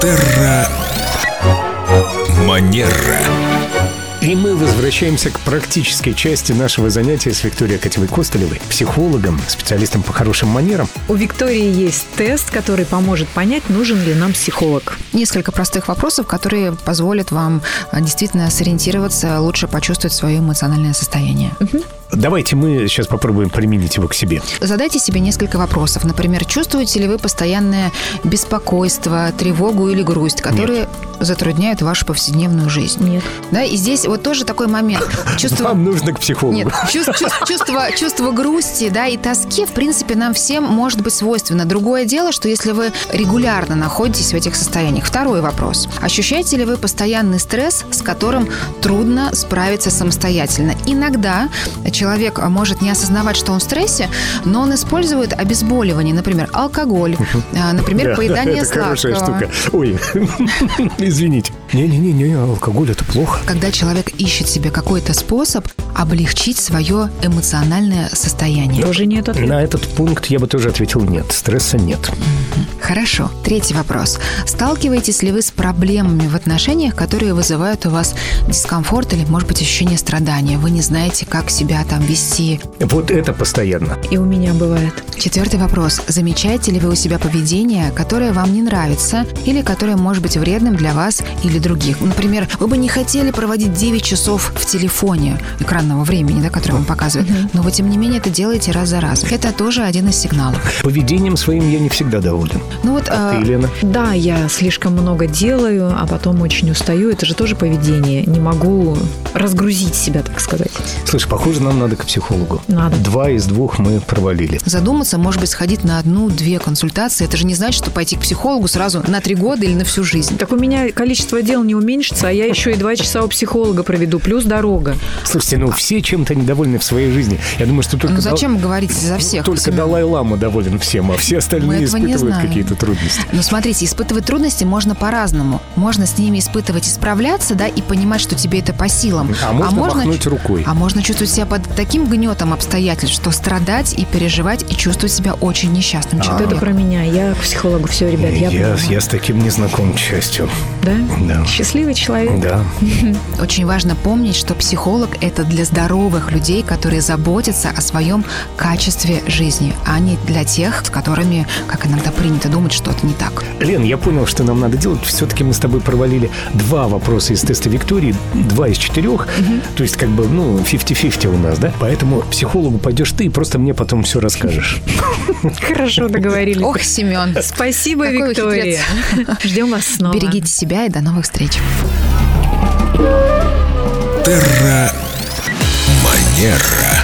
Терра Манера. И мы возвращаемся к практической части нашего занятия с Викторией Катевой Костолевой, психологом, специалистом по хорошим манерам. У Виктории есть тест, который поможет понять, нужен ли нам психолог. Несколько простых вопросов, которые позволят вам а, действительно сориентироваться, лучше почувствовать свое эмоциональное состояние. Давайте мы сейчас попробуем применить его к себе. Задайте себе несколько вопросов. Например, чувствуете ли вы постоянное беспокойство, тревогу или грусть, которые затрудняют вашу повседневную жизнь? Нет. Да, и здесь вот тоже такой момент. Чувство... Вам нужно к психологу. Нет, чувс- чувс- чувство, чувство грусти, да, и тоски, в принципе, нам всем может быть свойственно. Другое дело, что если вы регулярно находитесь в этих состояниях. Второй вопрос. Ощущаете ли вы постоянный стресс, с которым трудно справиться самостоятельно? Иногда человек а, может не осознавать, что он в стрессе, но он использует обезболивание, например, алкоголь, а, например, Да, поедание это хорошая сладкого. штука. Ой, извините. Не-не-не, алкоголь это плохо. Когда человек ищет себе какой-то способ облегчить свое эмоциональное состояние. Тоже нет ответа. На этот пункт я бы тоже ответил нет. Стресса нет. Хорошо. Третий вопрос. Сталкиваетесь ли вы с проблемами в отношениях, которые вызывают у вас дискомфорт или, может быть, ощущение страдания? Вы не знаете, как себя там вести. Вот это постоянно. И у меня бывает. Четвертый вопрос. Замечаете ли вы у себя поведение, которое вам не нравится или которое может быть вредным для вас или других? Ну, Например, вы бы не хотели проводить 9 часов в телефоне экранного времени, да, которое вам показывают, но вы, тем не менее, это делаете раз за разом. Это тоже один из сигналов. Поведением своим я не всегда доволен. Ну вот... А э, ты, Елена? Да, я слишком много делаю, а потом очень устаю. Это же тоже поведение. Не могу разгрузить себя, так сказать. Слушай, похоже, нам надо к психологу. Надо. Два из двух мы провалили. задуматься, может быть, сходить на одну-две консультации. Это же не значит, что пойти к психологу сразу на три года или на всю жизнь. Так у меня количество дел не уменьшится, а я еще и два часа у психолога проведу, плюс дорога. Слушайте, ну все чем-то недовольны в своей жизни. Я думаю, что только... Ну Дал- зачем говорить за всех? Только Семен? Далай-Лама доволен всем, а все Мы остальные этого не испытывают знаем. какие-то трудности. Но Ну, смотрите, испытывать трудности можно по-разному. Можно с ними испытывать и справляться, да, и понимать, что тебе это по силам. А можно махнуть рукой. А можно чувствовать себя под таким гнетом обстоятельств, что страдать и переживать, и чувствовать себя очень А, несчастным Вот это человеком. про меня. Я к психологу. Все, ребят, я, я, поняла. я с таким не знаком, к счастью. Да? Да. Счастливый человек. Да. Очень важно помнить, что психолог – это для здоровых людей, которые заботятся о своем качестве жизни, а не для тех, с которыми, как иногда принято думать, что-то не так. Лен, я понял, что нам надо делать. Все-таки мы с тобой провалили два вопроса из теста Виктории, два из четырех. То есть, как бы, ну, 50-50 у нас, да? Поэтому к психологу пойдешь ты и просто мне потом все расскажешь. Хорошо договорились. Ох, Семен, Спасибо, Какой вы Виктория. Ждем вас снова. берегите себя и до новых встреч. Терра Манера.